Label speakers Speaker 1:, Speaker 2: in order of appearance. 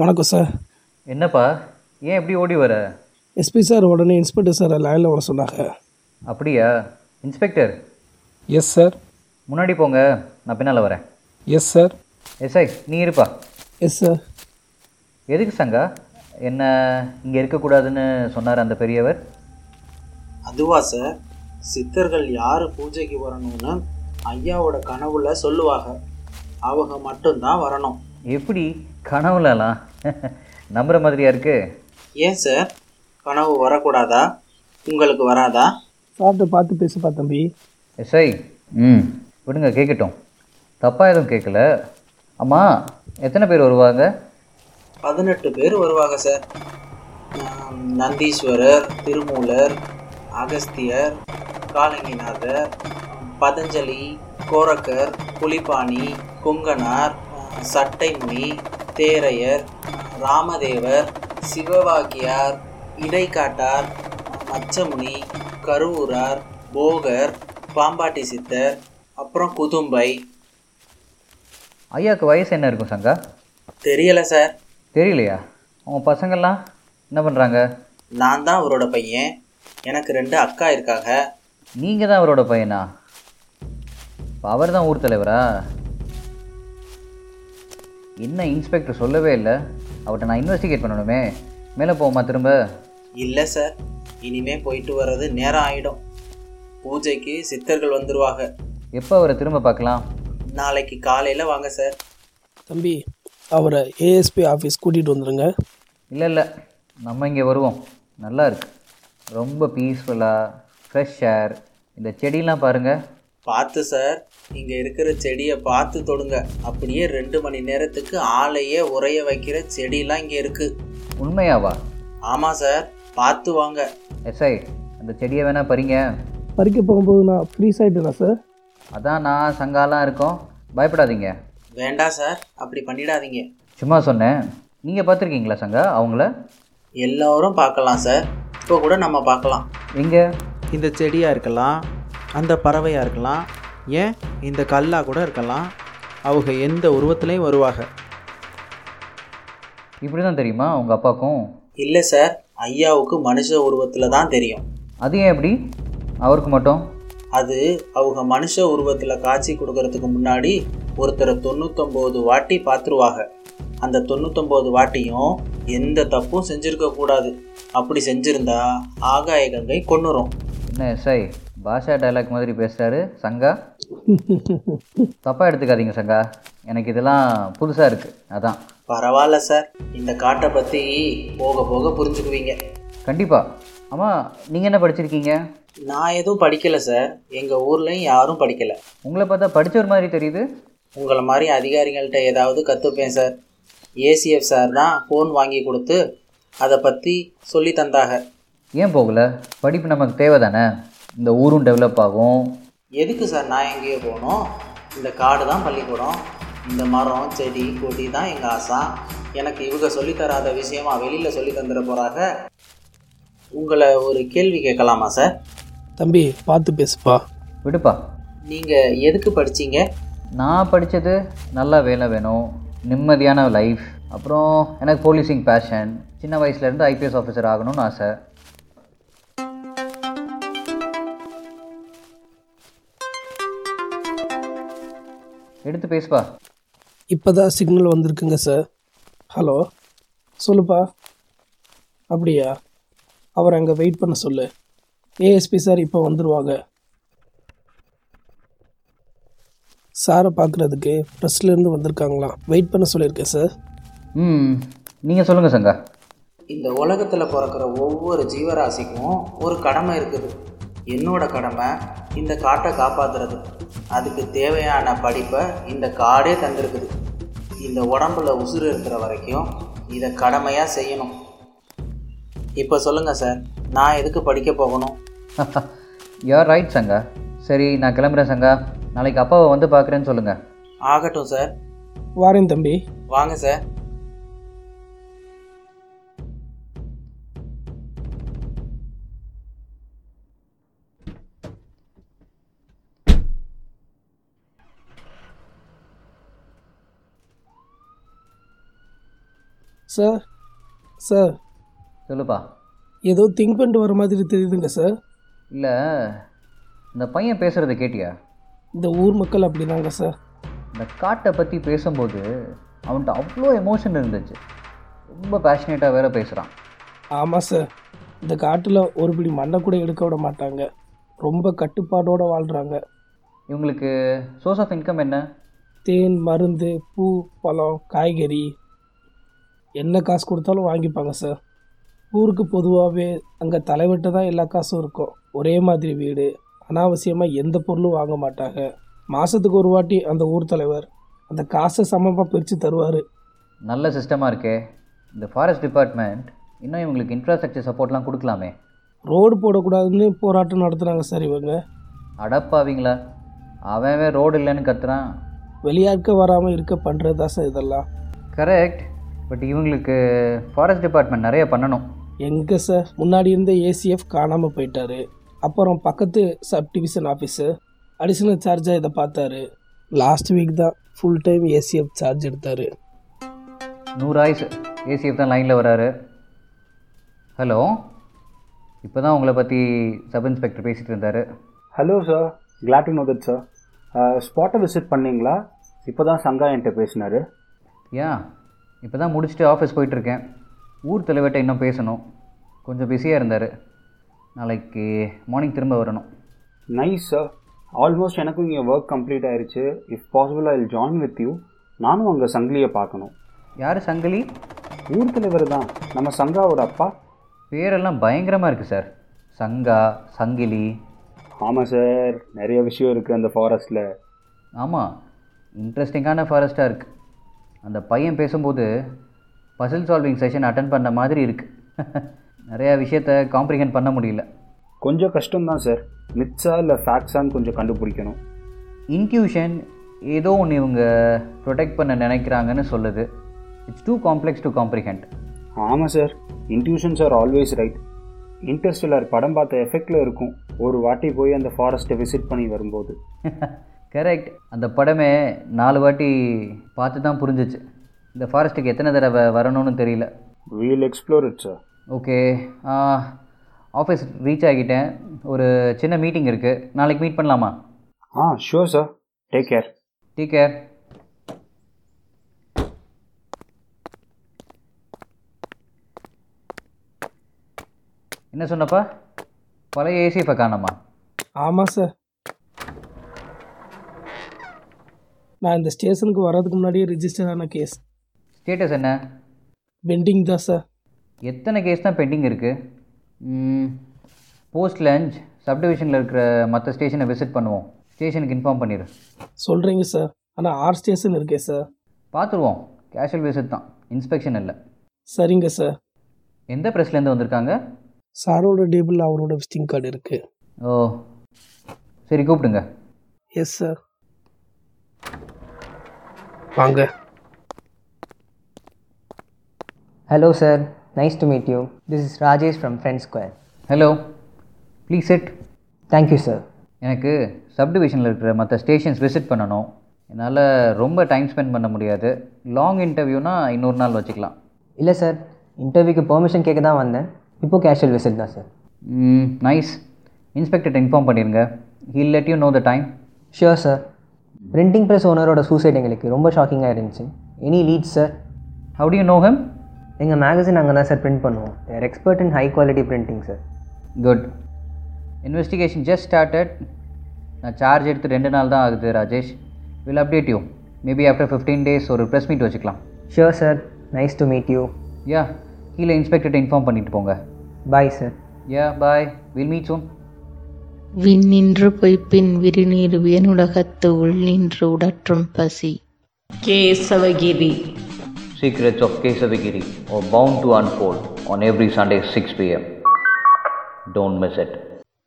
Speaker 1: வணக்கம் சார்
Speaker 2: என்னப்பா ஏன் இப்படி ஓடி வர
Speaker 1: எஸ்பி சார் உடனே இன்ஸ்பெக்டர் சார் லைனில் வர சொன்னாங்க
Speaker 2: அப்படியா இன்ஸ்பெக்டர்
Speaker 3: எஸ் சார்
Speaker 2: முன்னாடி போங்க நான் பின்னால் வரேன்
Speaker 3: எஸ் சார்
Speaker 2: எஸ்ஐ நீ இருப்பா
Speaker 1: எஸ் சார்
Speaker 2: எதுக்கு சங்கா என்ன இங்கே இருக்கக்கூடாதுன்னு சொன்னார் அந்த பெரியவர்
Speaker 4: அதுவா சார் சித்தர்கள் யார் பூஜைக்கு வரணும்னு ஐயாவோட கனவுல சொல்லுவாங்க அவங்க மட்டும்தான் வரணும்
Speaker 2: எப்படி கனவுலலாம் நம்புற மாதிரியா இருக்கு
Speaker 4: ஏன் சார் கனவு வரக்கூடாதா உங்களுக்கு வராதா
Speaker 1: சாப்பிட்டு பார்த்து பேசுப்பா தம்பி
Speaker 2: எஸ்ஐ ம் விடுங்க கேட்கட்டும் தப்பாக எதுவும் கேட்கல அம்மா எத்தனை பேர் வருவாங்க
Speaker 4: பதினெட்டு பேர் வருவாங்க சார் ஆம், நந்தீஸ்வரர் திருமூலர் அகஸ்தியர் காலங்கிநாதர் பதஞ்சலி கோரக்கர் புலிபாணி கொங்கனார் சட்டைமுனி தேரையர் ராமதேவர் சிவவாக்கியார் இடைக்காட்டார் மச்சமுனி கருவூரார் போகர் பாம்பாட்டி சித்தர் அப்புறம் குதும்பை
Speaker 2: ஐயாவுக்கு வயசு என்ன இருக்கும் சங்கா
Speaker 4: தெரியல சார்
Speaker 2: தெரியலையா அவங்க பசங்கள்லாம் என்ன பண்ணுறாங்க
Speaker 4: நான் தான் அவரோட பையன் எனக்கு ரெண்டு அக்கா இருக்காங்க
Speaker 2: நீங்கள் தான் அவரோட பையனா அவர் தான் ஊர் தலைவரா என்ன இன்ஸ்பெக்டர் சொல்லவே இல்லை அவர்கிட்ட நான் இன்வெஸ்டிகேட் பண்ணணுமே மேலே போவோமா திரும்ப
Speaker 4: இல்லை சார் இனிமே போயிட்டு வர்றது நேரம் ஆயிடும் பூஜைக்கு சித்தர்கள் வந்துருவாங்க
Speaker 2: எப்போ அவரை திரும்ப பார்க்கலாம்
Speaker 4: நாளைக்கு காலையில் வாங்க சார்
Speaker 1: தம்பி அவரை ஏஎஸ்பி ஆஃபீஸ் கூட்டிகிட்டு வந்துடுங்க
Speaker 2: இல்லை இல்லை நம்ம இங்கே வருவோம் நல்லா இருக்கு ரொம்ப பீஸ்ஃபுல்லாக ஃப்ரெஷ் ஏர் இந்த செடிலாம் பாருங்கள்
Speaker 4: பார்த்து சார் இங்கே இருக்கிற செடியை பார்த்து தொடுங்க அப்படியே ரெண்டு மணி நேரத்துக்கு ஆளையே உறைய வைக்கிற செடிலாம் இங்கே இருக்கு
Speaker 2: உண்மையாவா
Speaker 4: ஆமாம் சார் பார்த்து வாங்க
Speaker 2: எஸ்ஐ அந்த செடியை வேணால் பறிங்க
Speaker 1: பறிக்க போகும்போது நான் ஃப்ரீஸ் ஆகிட்டேனா சார்
Speaker 2: அதான் நான் சங்காலாம் இருக்கோம் பயப்படாதீங்க
Speaker 4: வேண்டாம் சார் அப்படி பண்ணிடாதீங்க
Speaker 2: சும்மா சொன்னேன் நீங்கள் பார்த்துருக்கீங்களா சங்கா அவங்கள
Speaker 4: எல்லோரும் பார்க்கலாம் சார் இப்போ கூட நம்ம பார்க்கலாம்
Speaker 2: எங்கே
Speaker 4: இந்த செடியாக இருக்கலாம் அந்த பறவையாக இருக்கலாம் ஏன் இந்த கல்லாக கூட இருக்கலாம் அவங்க எந்த உருவத்துலேயும் வருவாங்க
Speaker 2: இப்படி தான் தெரியுமா உங்கள் அப்பாக்கும்
Speaker 4: இல்லை சார் ஐயாவுக்கு மனுஷ உருவத்தில் தான் தெரியும்
Speaker 2: அது ஏன் எப்படி அவருக்கு மட்டும்
Speaker 4: அது அவங்க மனுஷ உருவத்தில் காட்சி கொடுக்கறதுக்கு முன்னாடி ஒருத்தரை தொண்ணூத்தொம்பது வாட்டி பார்த்துருவாங்க அந்த தொண்ணூத்தொம்பது வாட்டியும் எந்த தப்பும் செஞ்சிருக்க கூடாது அப்படி செஞ்சிருந்தா ஆகாய கங்கை கொன்னுரும்
Speaker 2: என்ன எஸ்ஐ பாஷா டைலாக் மாதிரி பேசுகிறாரு சங்கா தப்பாக எடுத்துக்காதீங்க சங்கா எனக்கு இதெல்லாம் புதுசாக இருக்குது அதான்
Speaker 4: பரவாயில்ல சார் இந்த காட்டை பற்றி போக போக புரிஞ்சுக்குவீங்க
Speaker 2: கண்டிப்பாக ஆமாம் நீங்கள் என்ன படிச்சிருக்கீங்க
Speaker 4: நான் எதுவும் படிக்கலை சார் எங்கள் ஊர்லேயும் யாரும் படிக்கலை
Speaker 2: உங்களை பார்த்தா படிச்ச ஒரு மாதிரி தெரியுது
Speaker 4: உங்களை மாதிரி அதிகாரிகள்கிட்ட ஏதாவது கற்றுப்பேன் சார் ஏசிஎஃப் சார் தான் ஃபோன் வாங்கி கொடுத்து அதை பற்றி சொல்லி தந்தாக
Speaker 2: ஏன் போகல படிப்பு நமக்கு தேவை தானே இந்த ஊரும் டெவலப் ஆகும்
Speaker 4: எதுக்கு சார் நான் எங்கேயோ போகணும் இந்த காடு தான் பள்ளிக்கூடம் இந்த மரம் செடி கொடி தான் எங்கள் ஆசா எனக்கு இவங்க சொல்லித் தராத விஷயமா வெளியில் சொல்லி தந்துட போகிறாங்க உங்களை ஒரு கேள்வி கேட்கலாமா சார்
Speaker 1: தம்பி பார்த்து பேசுப்பா
Speaker 2: விடுப்பா
Speaker 4: நீங்கள் எதுக்கு படிச்சீங்க
Speaker 2: நான் படித்தது நல்லா வேலை வேணும் நிம்மதியான லைஃப் அப்புறம் எனக்கு போலீசிங் பேஷன் சின்ன வயசுலேருந்து ஐபிஎஸ் ஆஃபீஸர் ஆகணும்னு ஆசை எடுத்து பேசுப்பா
Speaker 1: இப்போ தான் சிக்னல் வந்திருக்குங்க சார் ஹலோ சொல்லுப்பா அப்படியா அவரை அங்கே வெயிட் பண்ண சொல்லு ஏஎஸ்பி சார் இப்போ வந்துடுவாங்க சாரை பார்க்குறதுக்கு ப்ரெஸ்லேருந்து வந்திருக்காங்களாம் வெயிட் பண்ண சொல்லியிருக்கேன் சார்
Speaker 2: ம் நீங்கள் சொல்லுங்கள் சங்கா
Speaker 4: இந்த உலகத்தில் பிறக்கிற ஒவ்வொரு ஜீவராசிக்கும் ஒரு கடமை இருக்குது என்னோட கடமை இந்த காட்டை காப்பாத்துறது அதுக்கு தேவையான படிப்பை இந்த காடே தந்திருக்குது இந்த உடம்புல உசுறு இருக்கிற வரைக்கும் இதை கடமையாக செய்யணும் இப்போ சொல்லுங்கள் சார் நான் எதுக்கு படிக்க போகணும்
Speaker 2: யார் ரைட் சங்கா சரி நான் கிளம்புறேன் சங்கா நாளைக்கு அப்பாவை வந்து பார்க்குறேன்னு சொல்லுங்கள்
Speaker 4: ஆகட்டும் சார்
Speaker 1: வாரேன் தம்பி
Speaker 4: வாங்க சார்
Speaker 1: சார் சார்
Speaker 2: சொல்லுப்பா
Speaker 1: ஏதோ திங்க் பண்ணிட்டு வர மாதிரி தெரியுதுங்க சார்
Speaker 2: இல்லை இந்த பையன் பேசுகிறத கேட்டியா
Speaker 1: இந்த ஊர் மக்கள் அப்படிதாங்க சார்
Speaker 2: இந்த காட்டை பற்றி பேசும்போது அவன்கிட்ட அவ்வளோ எமோஷன் இருந்துச்சு ரொம்ப பேஷனேட்டாக வேற பேசுகிறான்
Speaker 1: ஆமாம் சார் இந்த காட்டில் ஒரு பிடி மண்ணை கூட எடுக்க விட மாட்டாங்க ரொம்ப கட்டுப்பாடோடு வாழ்கிறாங்க
Speaker 2: இவங்களுக்கு சோர்ஸ் ஆஃப் இன்கம் என்ன
Speaker 1: தேன் மருந்து பூ பழம் காய்கறி என்ன காசு கொடுத்தாலும் வாங்கிப்பாங்க சார் ஊருக்கு பொதுவாகவே அங்கே தலைவட்ட தான் எல்லா காசும் இருக்கும் ஒரே மாதிரி வீடு அனாவசியமாக எந்த பொருளும் வாங்க மாட்டாங்க மாதத்துக்கு ஒரு வாட்டி அந்த ஊர் தலைவர் அந்த காசை சமமாக பிரித்து தருவார்
Speaker 2: நல்ல சிஸ்டமாக இருக்கே இந்த ஃபாரஸ்ட் டிபார்ட்மெண்ட் இன்னும் இவங்களுக்கு இன்ஃப்ராஸ்ட்ரக்சர் சப்போர்ட்லாம் கொடுக்கலாமே
Speaker 1: ரோடு போடக்கூடாதுன்னு போராட்டம் நடத்துனாங்க சார் இவங்க
Speaker 2: அடப்பாவீங்களா அவன் ரோடு இல்லைன்னு கத்துறான்
Speaker 1: வெளியாட்க வராமல் இருக்க பண்ணுறது தான் சார் இதெல்லாம்
Speaker 2: கரெக்ட் பட் இவங்களுக்கு ஃபாரஸ்ட் டிபார்ட்மெண்ட் நிறைய பண்ணணும்
Speaker 1: எங்கே சார் முன்னாடி இருந்த ஏசிஎஃப் காணாமல் போயிட்டாரு அப்புறம் பக்கத்து சப் டிவிஷன் ஆஃபீஸர் அடிஷனல் சார்ஜாக இதை பார்த்தாரு லாஸ்ட் வீக் தான் ஃபுல் டைம் ஏசிஎஃப் சார்ஜ் எடுத்தார்
Speaker 2: நூறு ஆயுஸ் ஏசிஎஃப் தான் லைனில் வராரு ஹலோ இப்போ தான் உங்களை பற்றி சப் இன்ஸ்பெக்டர் பேசிகிட்டு இருந்தார்
Speaker 5: hello sir glad to know that sir ஸ்பாட்டை விசிட் Uh, பண்ணீங்களா இப்போ தான் சங்கா என்கிட்ட பேசினாரு
Speaker 2: யா இப்போ தான் முடிச்சுட்டு ஆஃபீஸ் போயிட்டுருக்கேன் ஊர் தலைவர்கிட்ட இன்னும் பேசணும் கொஞ்சம் பிஸியாக இருந்தார் நாளைக்கு மார்னிங் திரும்ப வரணும்
Speaker 5: நைஸ் சார் ஆல்மோஸ்ட் எனக்கும் இங்கே ஒர்க் கம்ப்ளீட் ஆயிருச்சு if possible I join with you நானும் அங்கே சங்கிலியை பார்க்கணும்
Speaker 2: யார் சங்கிலி
Speaker 5: ஊர் தலைவர் தான் நம்ம சங்காவோட அப்பா
Speaker 2: பேரெல்லாம் பயங்கரமாக இருக்குது சார் சங்கா சங்கிலி
Speaker 5: ஆமாம் சார் நிறைய விஷயம் இருக்குது அந்த ஃபாரஸ்ட்டில்
Speaker 2: ஆமாம் இன்ட்ரெஸ்டிங்கான ஃபாரஸ்ட்டாக இருக்குது அந்த பையன் பேசும்போது பசில் சால்விங் செஷன் அட்டன் பண்ண மாதிரி இருக்குது நிறையா விஷயத்த காம்ப்ரிஹெண்ட் பண்ண முடியல
Speaker 5: கொஞ்சம் கஷ்டம்தான் சார் மிச்சா இல்லை ஃபேக்ஸான்னு கொஞ்சம் கண்டுபிடிக்கணும்
Speaker 2: இன்ட்யூஷன் ஏதோ ஒன்று இவங்க ப்ரொடெக்ட் பண்ண நினைக்கிறாங்கன்னு சொல்லுது it's too complex to comprehend
Speaker 5: ஆமாம் sir intuitions are always right Interstellar படம் பார்த்த எஃபெக்டில் இருக்கும் ஒரு வாட்டி போய் அந்த ஃபாரஸ்ட்டை விசிட் பண்ணி வரும்போது
Speaker 2: கரெக்ட் அந்த படமே நாலு வாட்டி பார்த்து தான் புரிஞ்சிச்சு இந்த ஃபாரஸ்ட்டுக்கு எத்தனை தடவை வரணும்னு தெரியல
Speaker 5: we'll explore it sir
Speaker 2: okay office reach ஆகிட்டேன் ஒரு சின்ன மீட்டிங் இருக்குது நாளைக்கு மீட் பண்ணலாமா
Speaker 5: ah sure sir take care
Speaker 2: take care என்ன சொன்னப்பா பழைய ஏசிஎஃபை காணோமா
Speaker 1: ஆமாம் சார் நான் இந்த ஸ்டேஷனுக்கு வர்றதுக்கு முன்னாடியே ரிஜிஸ்டர் ஆன கேஸ்
Speaker 2: ஸ்டேட்டஸ் என்ன
Speaker 1: பெண்டிங் தான் சார்
Speaker 2: எத்தனை கேஸ் தான் பெண்டிங் இருக்குது போஸ்ட் லஞ்ச் சப்டிவிஷனில் இருக்கிற மற்ற ஸ்டேஷனை விசிட் பண்ணுவோம் ஸ்டேஷனுக்கு இன்ஃபார்ம் பண்ணிடு
Speaker 1: சொல்கிறீங்க சார் ஆனால் ஆர் ஸ்டேஷன் இருக்கே சார்
Speaker 2: பார்த்துருவோம் கேஷுவல் விசிட் தான் இன்ஸ்பெக்ஷன் இல்லை
Speaker 1: சரிங்க சார்
Speaker 2: எந்த ப்ரெஸ்லேருந்து வந்திருக்காங்க
Speaker 1: சாரோட டேபிள் அவரோட விசிட்டிங் கார்டு இருக்குது
Speaker 2: ஓ சரி கூப்பிடுங்க
Speaker 1: எஸ் சார் வாங்க
Speaker 6: Hello, sir. Nice to meet you. This is Rajesh from Friend Square.
Speaker 2: Hello please sit
Speaker 6: Thank you, sir.
Speaker 2: எனக்கு சப்டிவிஷனில் இருக்கிற மற்ற ஸ்டேஷன்ஸ் விசிட் பண்ணணும் என்னால் ரொம்ப டைம் ஸ்பெண்ட் பண்ண முடியாது லாங் இன்டர்வியூனா இன்னொரு நாள் வச்சுக்கலாம்
Speaker 6: இல்லை சார் இன்டர்வியூக்கு பெர்மிஷன் கேட்க தான் வந்தேன் இப்போ கேஷுவல் விசிட் தான் சார்
Speaker 2: நைஸ் இன்ஸ்பெக்டர்கிட்ட இன்ஃபார்ம் பண்ணிடுங்க hill let you know the time
Speaker 6: sure sir printing press ஓனரோட சூசைட் எங்களுக்கு ரொம்ப ஷாக்கிங்காக இருந்துச்சு any leads sir
Speaker 2: how do you know him
Speaker 6: எங்கள் மேகசின் அங்கே தான் சார் பிரிண்ட் பண்ணுவோம் they're expert in high quality printing sir
Speaker 2: good investigation just started நான் சார்ஜ் எடுத்து ரெண்டு நாள் தான் ஆகுது Rajesh will update you maybe after fifteen days ஒரு ப்ரெஸ் மீட் வச்சுக்கலாம்
Speaker 6: sure sir nice to meet you
Speaker 2: யா கீழே இன்ஸ்பெக்டர்கிட்ட இன்ஃபார்ம் பண்ணிட்டு போங்க
Speaker 6: bye sir
Speaker 2: yeah bye will meet soon
Speaker 7: விண்ணின்று பொய்ப்பின் விரிநீர் வியனுலகத்து உள் நின்று உடற்றும் பசி
Speaker 8: Kesavagiri
Speaker 2: Secrets of Kesavagiri are bound to unfold on every Sunday 6 pm. Don't miss it.